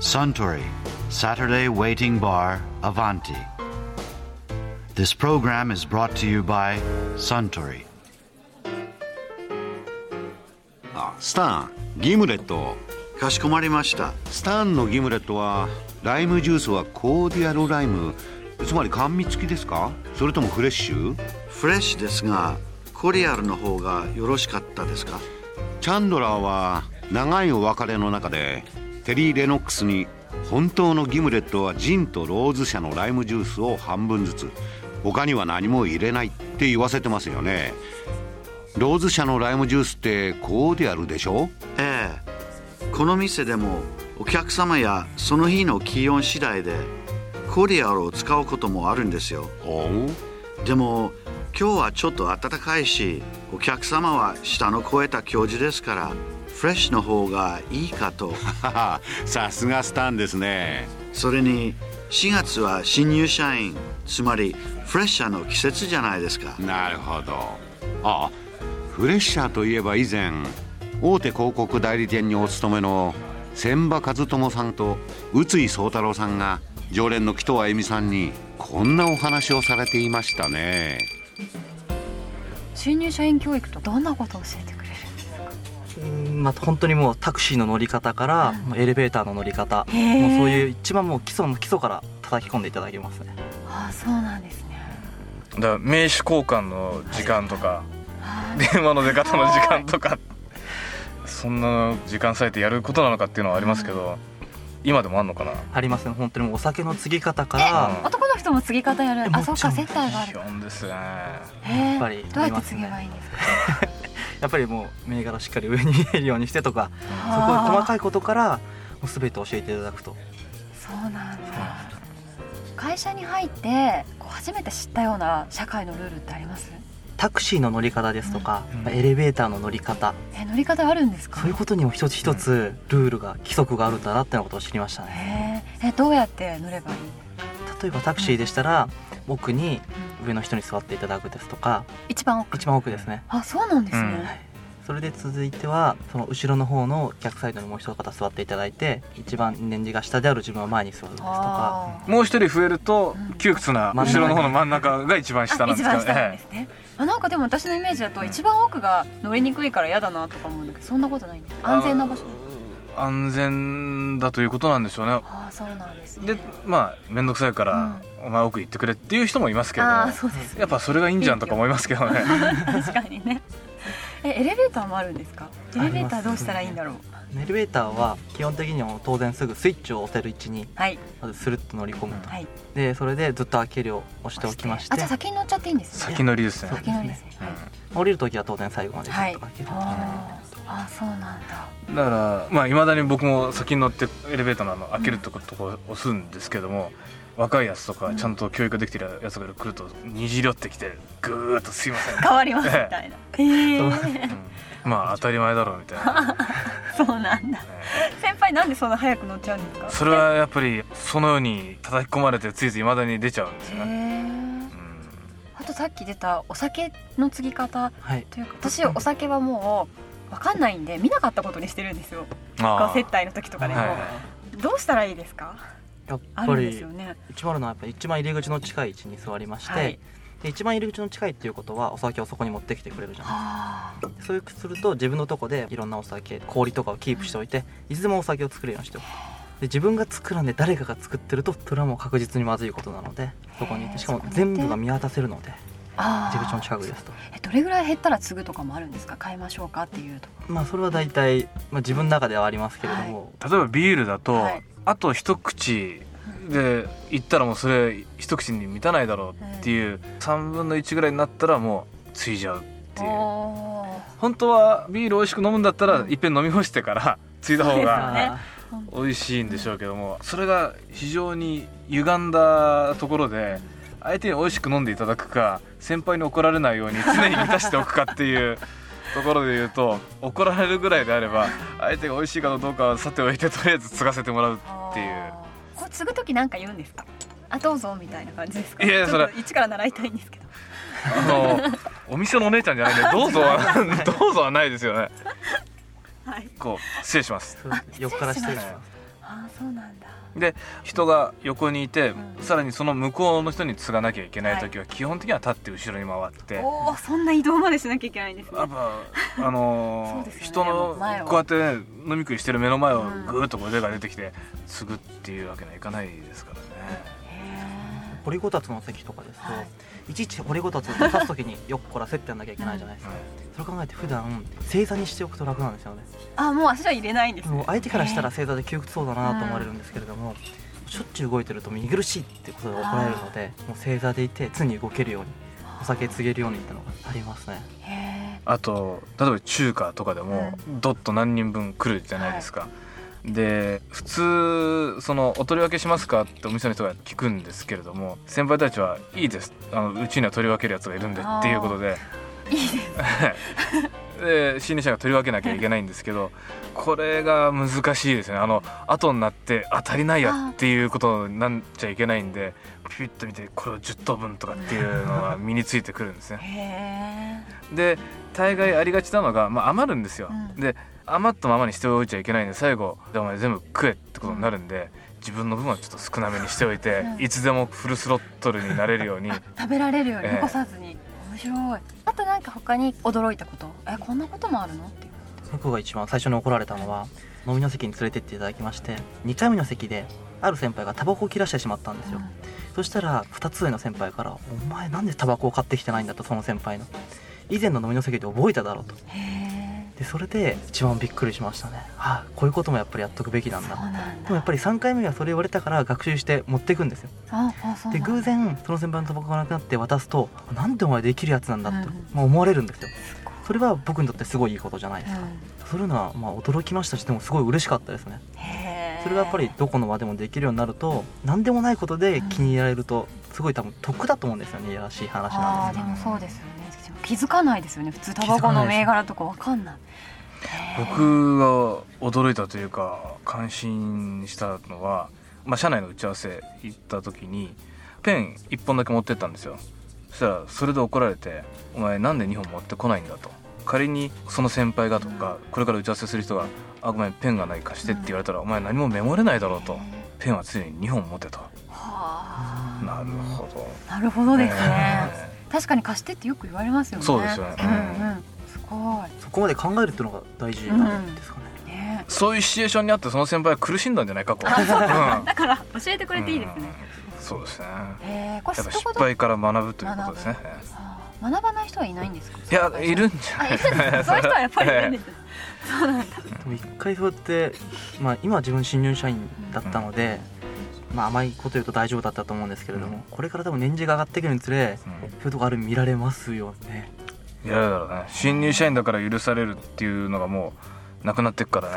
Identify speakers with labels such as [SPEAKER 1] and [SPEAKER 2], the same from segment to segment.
[SPEAKER 1] Suntory Saturday Waiting Bar Avanti. This program is brought to you by Suntory.
[SPEAKER 2] あスタンギムレットスタンのギムレットはライムジュースはコーディアルライムつまり甘味付きですかそれともフレッシュ
[SPEAKER 1] かしこまりました。フレッシュですが、コリアルの方がよろしかったですか
[SPEAKER 2] チャンドラーは長いお別れの中でテリー・レノックスに本当のギムレットはジンとローズ社のライムジュースを半分ずつ他には何も入れないって言わせてますよねローズ社のライムジュースってコーディアルでしょ
[SPEAKER 1] ええこの店でもお客様やその日の気温次第でコリアルを使うこともあるんですよ
[SPEAKER 2] ほう
[SPEAKER 1] でも今日はちょっと暖かいしお客様は下の超えた教授ですからフレッシュの方がいいかと
[SPEAKER 2] ははさすがスタンですね
[SPEAKER 1] それに4月は新入社員つまりフレッシャーの季節じゃないですか
[SPEAKER 2] なるほどあフレッシャーといえば以前大手広告代理店にお勤めの千葉和友さんと宇津井壮太郎さんが常連の紀藤あゆみさんにこんなお話をされていましたね
[SPEAKER 3] 新入社員教育とどんなことを教えてくれるんですか
[SPEAKER 4] うんまあ、本当にもうタクシーの乗り方から、もうエレベーターの乗り方
[SPEAKER 3] へー
[SPEAKER 4] もうそういう一番もう基礎の基礎から叩き込んでいただきますね
[SPEAKER 3] ああそうなんですね
[SPEAKER 5] だから名刺交換の時間とか、
[SPEAKER 3] あ
[SPEAKER 5] 電話の出方の時間とかそんな時間割いてやることなのかっていうのはありますけど、今でもあんのかな
[SPEAKER 4] ありますね本当にもうお酒の継ぎ方か
[SPEAKER 3] ー
[SPEAKER 4] ら
[SPEAKER 3] 男の人も継ぎ方やるあ
[SPEAKER 4] も
[SPEAKER 3] そう
[SPEAKER 4] ちろ
[SPEAKER 3] か
[SPEAKER 4] ん
[SPEAKER 3] 接待がある
[SPEAKER 5] 基本ですね
[SPEAKER 3] へ
[SPEAKER 4] やっぱ
[SPEAKER 3] え
[SPEAKER 4] り
[SPEAKER 3] どうやって継げばいいんですか
[SPEAKER 4] やっぱりもう銘柄しっかり上に見えるようにしてとかそこ
[SPEAKER 3] あー
[SPEAKER 4] 細かいことからもう全て教えていただくと
[SPEAKER 3] そうなんだ会社に入ってこう初めて知ったような社会のルールってあります
[SPEAKER 4] タクシーの乗り方ですとか、
[SPEAKER 5] うん
[SPEAKER 4] まあエレベーターの乗り方
[SPEAKER 3] え乗り方あるんですか
[SPEAKER 4] そういうことにも一つ一つルールが規則があるんだなってのことを知りましたね
[SPEAKER 3] へええどうやって乗ればいい
[SPEAKER 4] 例えばタクシーでしたら奥に上の人に座っていただくですとか
[SPEAKER 3] 一番奥
[SPEAKER 4] 一番奥ですね
[SPEAKER 3] あそうなんです
[SPEAKER 5] うん
[SPEAKER 3] ね、
[SPEAKER 4] それで続いてはその後ろの方の客サイドにもう一方座っていただいて一番年次が下である自分は前に座るですとか
[SPEAKER 3] あ
[SPEAKER 5] もう一人増えると窮屈な
[SPEAKER 4] 真ん
[SPEAKER 5] 後
[SPEAKER 4] 中
[SPEAKER 5] ろの方の真ん中が一
[SPEAKER 3] ー
[SPEAKER 5] 番下
[SPEAKER 3] あ
[SPEAKER 5] なんで
[SPEAKER 3] 一
[SPEAKER 5] すけ
[SPEAKER 3] 番下
[SPEAKER 5] ど
[SPEAKER 3] なんで
[SPEAKER 5] ね
[SPEAKER 3] すねあなんかでも私のイメージだと一番奥が乗りにくいから嫌だなとか思うんだけどそんなことないんです安全な場所
[SPEAKER 5] 安全だということなんでしょうね
[SPEAKER 3] ああそうなんですね
[SPEAKER 5] でまあ面倒くさいから、お前奥行ってくれっていう人もいますけれども
[SPEAKER 3] ああそうです
[SPEAKER 5] やっぱそれがいいんじゃんとか思いますけどね
[SPEAKER 3] 確かにねえエレベーターもあるんですかエレベーターどうしたらいいんだろう、
[SPEAKER 4] エレベーターは基本的にはもう当然すぐスイッチを押せる位置に
[SPEAKER 3] はい
[SPEAKER 4] まずスルッと乗り込むと
[SPEAKER 3] はい
[SPEAKER 4] でそれでずっと開けるを押しておきまして
[SPEAKER 3] あじゃあ先に乗っちゃっていいんですね
[SPEAKER 5] 先乗りですね
[SPEAKER 4] そう
[SPEAKER 3] 先なんですね
[SPEAKER 4] 降りる時は当然最後までず
[SPEAKER 3] は
[SPEAKER 4] っ
[SPEAKER 3] い、
[SPEAKER 4] と
[SPEAKER 3] は
[SPEAKER 4] 開
[SPEAKER 3] い
[SPEAKER 4] け、ると、
[SPEAKER 3] あーあーそうなんだ
[SPEAKER 5] だからまあいまだに僕も先に乗ってエレベーターのあの開けるとことこ押すんですけども、若いやつとかちゃんと教育できてるやつが来るとにじり寄ってきてぐーっと「すい ません」
[SPEAKER 3] 変わりますみ たいなええ
[SPEAKER 5] うんまあ当たり前だろうみたい な
[SPEAKER 3] そうなんだ先輩なんでそんな早く乗っちゃうんですか
[SPEAKER 5] それはやっぱりそのように叩き込まれてついついいまだに出ちゃうんです
[SPEAKER 3] へ
[SPEAKER 5] よね、
[SPEAKER 3] ーあとさっき出たお酒の継ぎ方
[SPEAKER 4] はい
[SPEAKER 3] というか私お酒はもう分かんないんで見なかったことにしてるんですよ
[SPEAKER 5] うん、あ
[SPEAKER 3] こう接待の時とかでも、
[SPEAKER 5] はい
[SPEAKER 3] どうしたらいいですか
[SPEAKER 4] やっ
[SPEAKER 3] あ
[SPEAKER 4] ぱ
[SPEAKER 3] るんです
[SPEAKER 4] り
[SPEAKER 3] よね
[SPEAKER 4] 一番あるのはやっぱり一番入り口の近い位置に座りまして、
[SPEAKER 3] はい
[SPEAKER 4] で一番入り口の近いっていうことはお酒をそこに持ってきてくれるじゃない
[SPEAKER 3] あー
[SPEAKER 4] そういうすると自分のとこでいろんなお酒氷とかをキープしておいていつでもお酒を作るようにしておくで自分が作らんで誰かが作ってるとそれはもう確実にまずいことなのでそこに
[SPEAKER 3] へー
[SPEAKER 4] しかも
[SPEAKER 3] そこに行っ
[SPEAKER 4] 全
[SPEAKER 3] て
[SPEAKER 4] 部が見渡せるので
[SPEAKER 3] あー
[SPEAKER 4] 入り口の近くですと
[SPEAKER 3] えどれぐらい減ったら継ぐとかもあるんですか買いましょうかっていうとか
[SPEAKER 4] まあそれは大体、まあ、自分の中ではありますけれども、
[SPEAKER 5] 例えばビールだと、
[SPEAKER 3] はい
[SPEAKER 5] あと一口で行ったらもうそれ一口に満たないだろうっていう、3分の1ぐらいになったらもうついちゃうっていう
[SPEAKER 3] おー
[SPEAKER 5] 本当はビール美味しく飲むんだったら、いっぺん飲み干してから ついた方
[SPEAKER 3] そう
[SPEAKER 5] が
[SPEAKER 3] ですよね
[SPEAKER 5] 美味しいんでしょうけどもそれが非常に歪んだところで相手に美味しく飲んでいただくか先輩に怒られないように常に満たしておくかっていうところで言うと怒られるぐらいであれば相手が美味しいかどうかはさておいてとりあえず継がせてもらうっていう
[SPEAKER 3] あーこれ継ぐ時なんか言うんですかあどうぞみたいな感じですか
[SPEAKER 5] いやいや
[SPEAKER 3] ちょっ
[SPEAKER 5] そ
[SPEAKER 3] と一から習いたいんですけど
[SPEAKER 5] あのお店のお姉ちゃんじゃないんでどうぞは どうぞはないですよね
[SPEAKER 3] はい
[SPEAKER 5] こう失礼します
[SPEAKER 4] そう横から失礼します
[SPEAKER 3] ああそうなんだ
[SPEAKER 5] で人が横にいて、
[SPEAKER 3] うん
[SPEAKER 5] さらにその向こうの人に継がなきゃいけない時は、基本的には立って後ろに回ってやっ
[SPEAKER 3] おおそんな移動までしなきゃいけないんですね
[SPEAKER 5] ぱあの
[SPEAKER 3] そ
[SPEAKER 5] ー
[SPEAKER 3] うですよね
[SPEAKER 5] 人の
[SPEAKER 3] 前を
[SPEAKER 5] こうやってね飲み食いしてる目の前を
[SPEAKER 3] うん
[SPEAKER 5] ぐーっとこう腕が出てきて継ぐっていうわけにはいかないですからね。
[SPEAKER 3] へ
[SPEAKER 4] 掘りごたつの席とかですと、
[SPEAKER 3] はい
[SPEAKER 4] い、ちいち掘りごたつを刺す時によっこらせってやんなきゃいけないじゃないですか、それ考えて普段正座にしておくと楽なんですよね
[SPEAKER 3] ーあもう足は入れないんですね
[SPEAKER 4] もう相手からしたら正座で窮屈そうだなと思われるんですけれども、しょっちゅう動いてると見苦しいってことで怒られるのでもう正座でいて常に動けるようにお酒告げるようにってのがありますね
[SPEAKER 3] へ
[SPEAKER 5] あと例えば中華とかでもどっと何人分来るじゃないですか。で普通その「お取り分けしますか?」ってお店の人が聞くんですけれども先輩たちは「いいですあのうちには取り分けるやつがいるんで」っていうことで
[SPEAKER 3] えいいですね
[SPEAKER 5] で新入社が取り分けなきゃいけないんですけどこれが難しいですねあの後になって当たりないやっていうことになっちゃいけないんでピュッと見てこれを10等分とかっていうのが身についてくるんですね。
[SPEAKER 3] へ
[SPEAKER 5] で大概ありがちなのが、まあ、余るんですよ、
[SPEAKER 3] うん
[SPEAKER 5] で余ったままにしておいちゃいけないんで最後「じゃあお前全部食え」ってことになるんで自分の分はちょっと少なめにしておいて、
[SPEAKER 3] うん
[SPEAKER 5] いつでもフルスロットルになれるように
[SPEAKER 3] え食べられるように
[SPEAKER 5] ええ
[SPEAKER 3] 残さずに、面白いあとなんか他に驚いたことえこんなこともあるのっていう
[SPEAKER 4] 僕が一番最初に怒られたのは飲みの席に連れてっていただきまして2回目の席である先輩がタバコを切らしてしまったんですよ、そしたら2つ上の先輩から「お前なんでタバコを買ってきてないんだ」とその先輩の以前の飲みの席で覚えただろうと
[SPEAKER 3] へえ
[SPEAKER 4] でそれで一番びっくりしましたねあこういうこともやっぱりやっとくべきなん
[SPEAKER 3] そう
[SPEAKER 4] だ
[SPEAKER 3] なん
[SPEAKER 4] で
[SPEAKER 3] だ
[SPEAKER 4] もやっぱり3回目はそれ言われたから学習して持っていくんですよ
[SPEAKER 3] ああそうな
[SPEAKER 4] で
[SPEAKER 3] んだ
[SPEAKER 4] 偶然その先輩のタバコがなくなって渡すと「なんでお前できるやつなんだ」って
[SPEAKER 3] うん
[SPEAKER 4] まあ思われるんですよそれは僕にとってすごいいいことじゃないですかそういうのはまあ驚きましたしでもすごい嬉しかったですね
[SPEAKER 3] うんへえ
[SPEAKER 4] それがやっぱりどこの場でもできるようになると何でもないことで気に入られるとすごい多分得だと思うんですよねいやらしい話
[SPEAKER 3] ああ
[SPEAKER 4] なんです
[SPEAKER 3] で
[SPEAKER 4] けど
[SPEAKER 3] もそうですよね気づかないですよね普通タバコの銘柄とかわかんないへえ
[SPEAKER 5] 僕が驚いたというか感心したのは、まあ、社内の打ち合わせ行った時にペン1本だけ持ってったんですよそしたらそれで怒られて「お前なんで2本持ってこないんだ」と仮にその先輩がとかこれから打ち合わせする人が「あごめんペンがない貸して」って言われたら「お前何もメモれないだろう」と「ペンは常に2本持て」と
[SPEAKER 3] は
[SPEAKER 5] 「なるほど
[SPEAKER 3] あなるほどですね
[SPEAKER 5] え
[SPEAKER 3] 確かに貸してってよく言われますよね
[SPEAKER 5] そうですよね
[SPEAKER 3] うんうんすごい
[SPEAKER 4] そこまで考えるっていうのが大事なんですかね、
[SPEAKER 3] ね
[SPEAKER 5] ーそういうシチュエーションにあってその先輩は苦しんだんじゃないかこう
[SPEAKER 3] だから教えてくれていいですね
[SPEAKER 5] うんそうですね
[SPEAKER 3] へえこれ
[SPEAKER 5] や
[SPEAKER 3] 知っ
[SPEAKER 5] っぱ
[SPEAKER 3] た
[SPEAKER 5] 失
[SPEAKER 3] こと
[SPEAKER 5] 敗から学ぶということですね
[SPEAKER 3] あー学ばない人はいないんですか
[SPEAKER 5] いやいるんじゃ
[SPEAKER 3] あ
[SPEAKER 5] ないい
[SPEAKER 3] るんですね そういう人はやっぱりいるんですね
[SPEAKER 4] でも一回そうやって、まあ、今は自分新入社員だったので、まあ、甘いこと言うと大丈夫だったと思うんですけれども、
[SPEAKER 5] うん
[SPEAKER 4] これから多分年次が上がってくるにつれ、
[SPEAKER 5] うん
[SPEAKER 4] そういうとこある意味見られますよね
[SPEAKER 5] いやだろうね新入社員だから許されるっていうのがもうなくなってっからね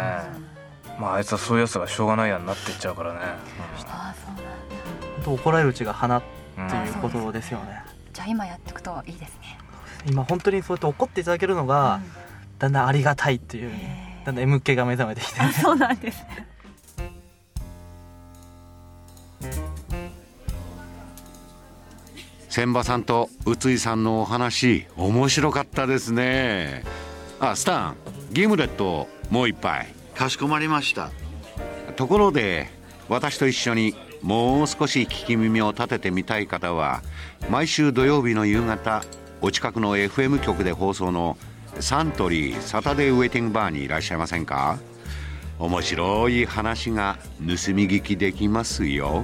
[SPEAKER 5] まああいつはそういうやつがしょうがないやになってっちゃうからね、
[SPEAKER 3] ああそうなんだ
[SPEAKER 4] 本当怒られるうちが花と
[SPEAKER 5] うん
[SPEAKER 4] いうことですよね、
[SPEAKER 3] じゃあ今やっていくといいですね
[SPEAKER 4] 今本当にそうやって怒っていただけるのが、だんだんありがたいってい
[SPEAKER 3] う
[SPEAKER 4] う
[SPEAKER 3] んへ
[SPEAKER 4] だんだん M 系が目覚めてきて
[SPEAKER 3] えそうなんです
[SPEAKER 2] 千葉さんと宇井さんのお話面白かったですねあスタンギムレットをもう一杯
[SPEAKER 1] かしこまりました
[SPEAKER 2] ところで私と一緒にもう少し聞き耳を立ててみたい方は毎週土曜日の夕方お近くの FM 局で放送のサントリーサタデーウェイティングバーにいらっしゃいませんか面白い話が盗み聞きできますよ。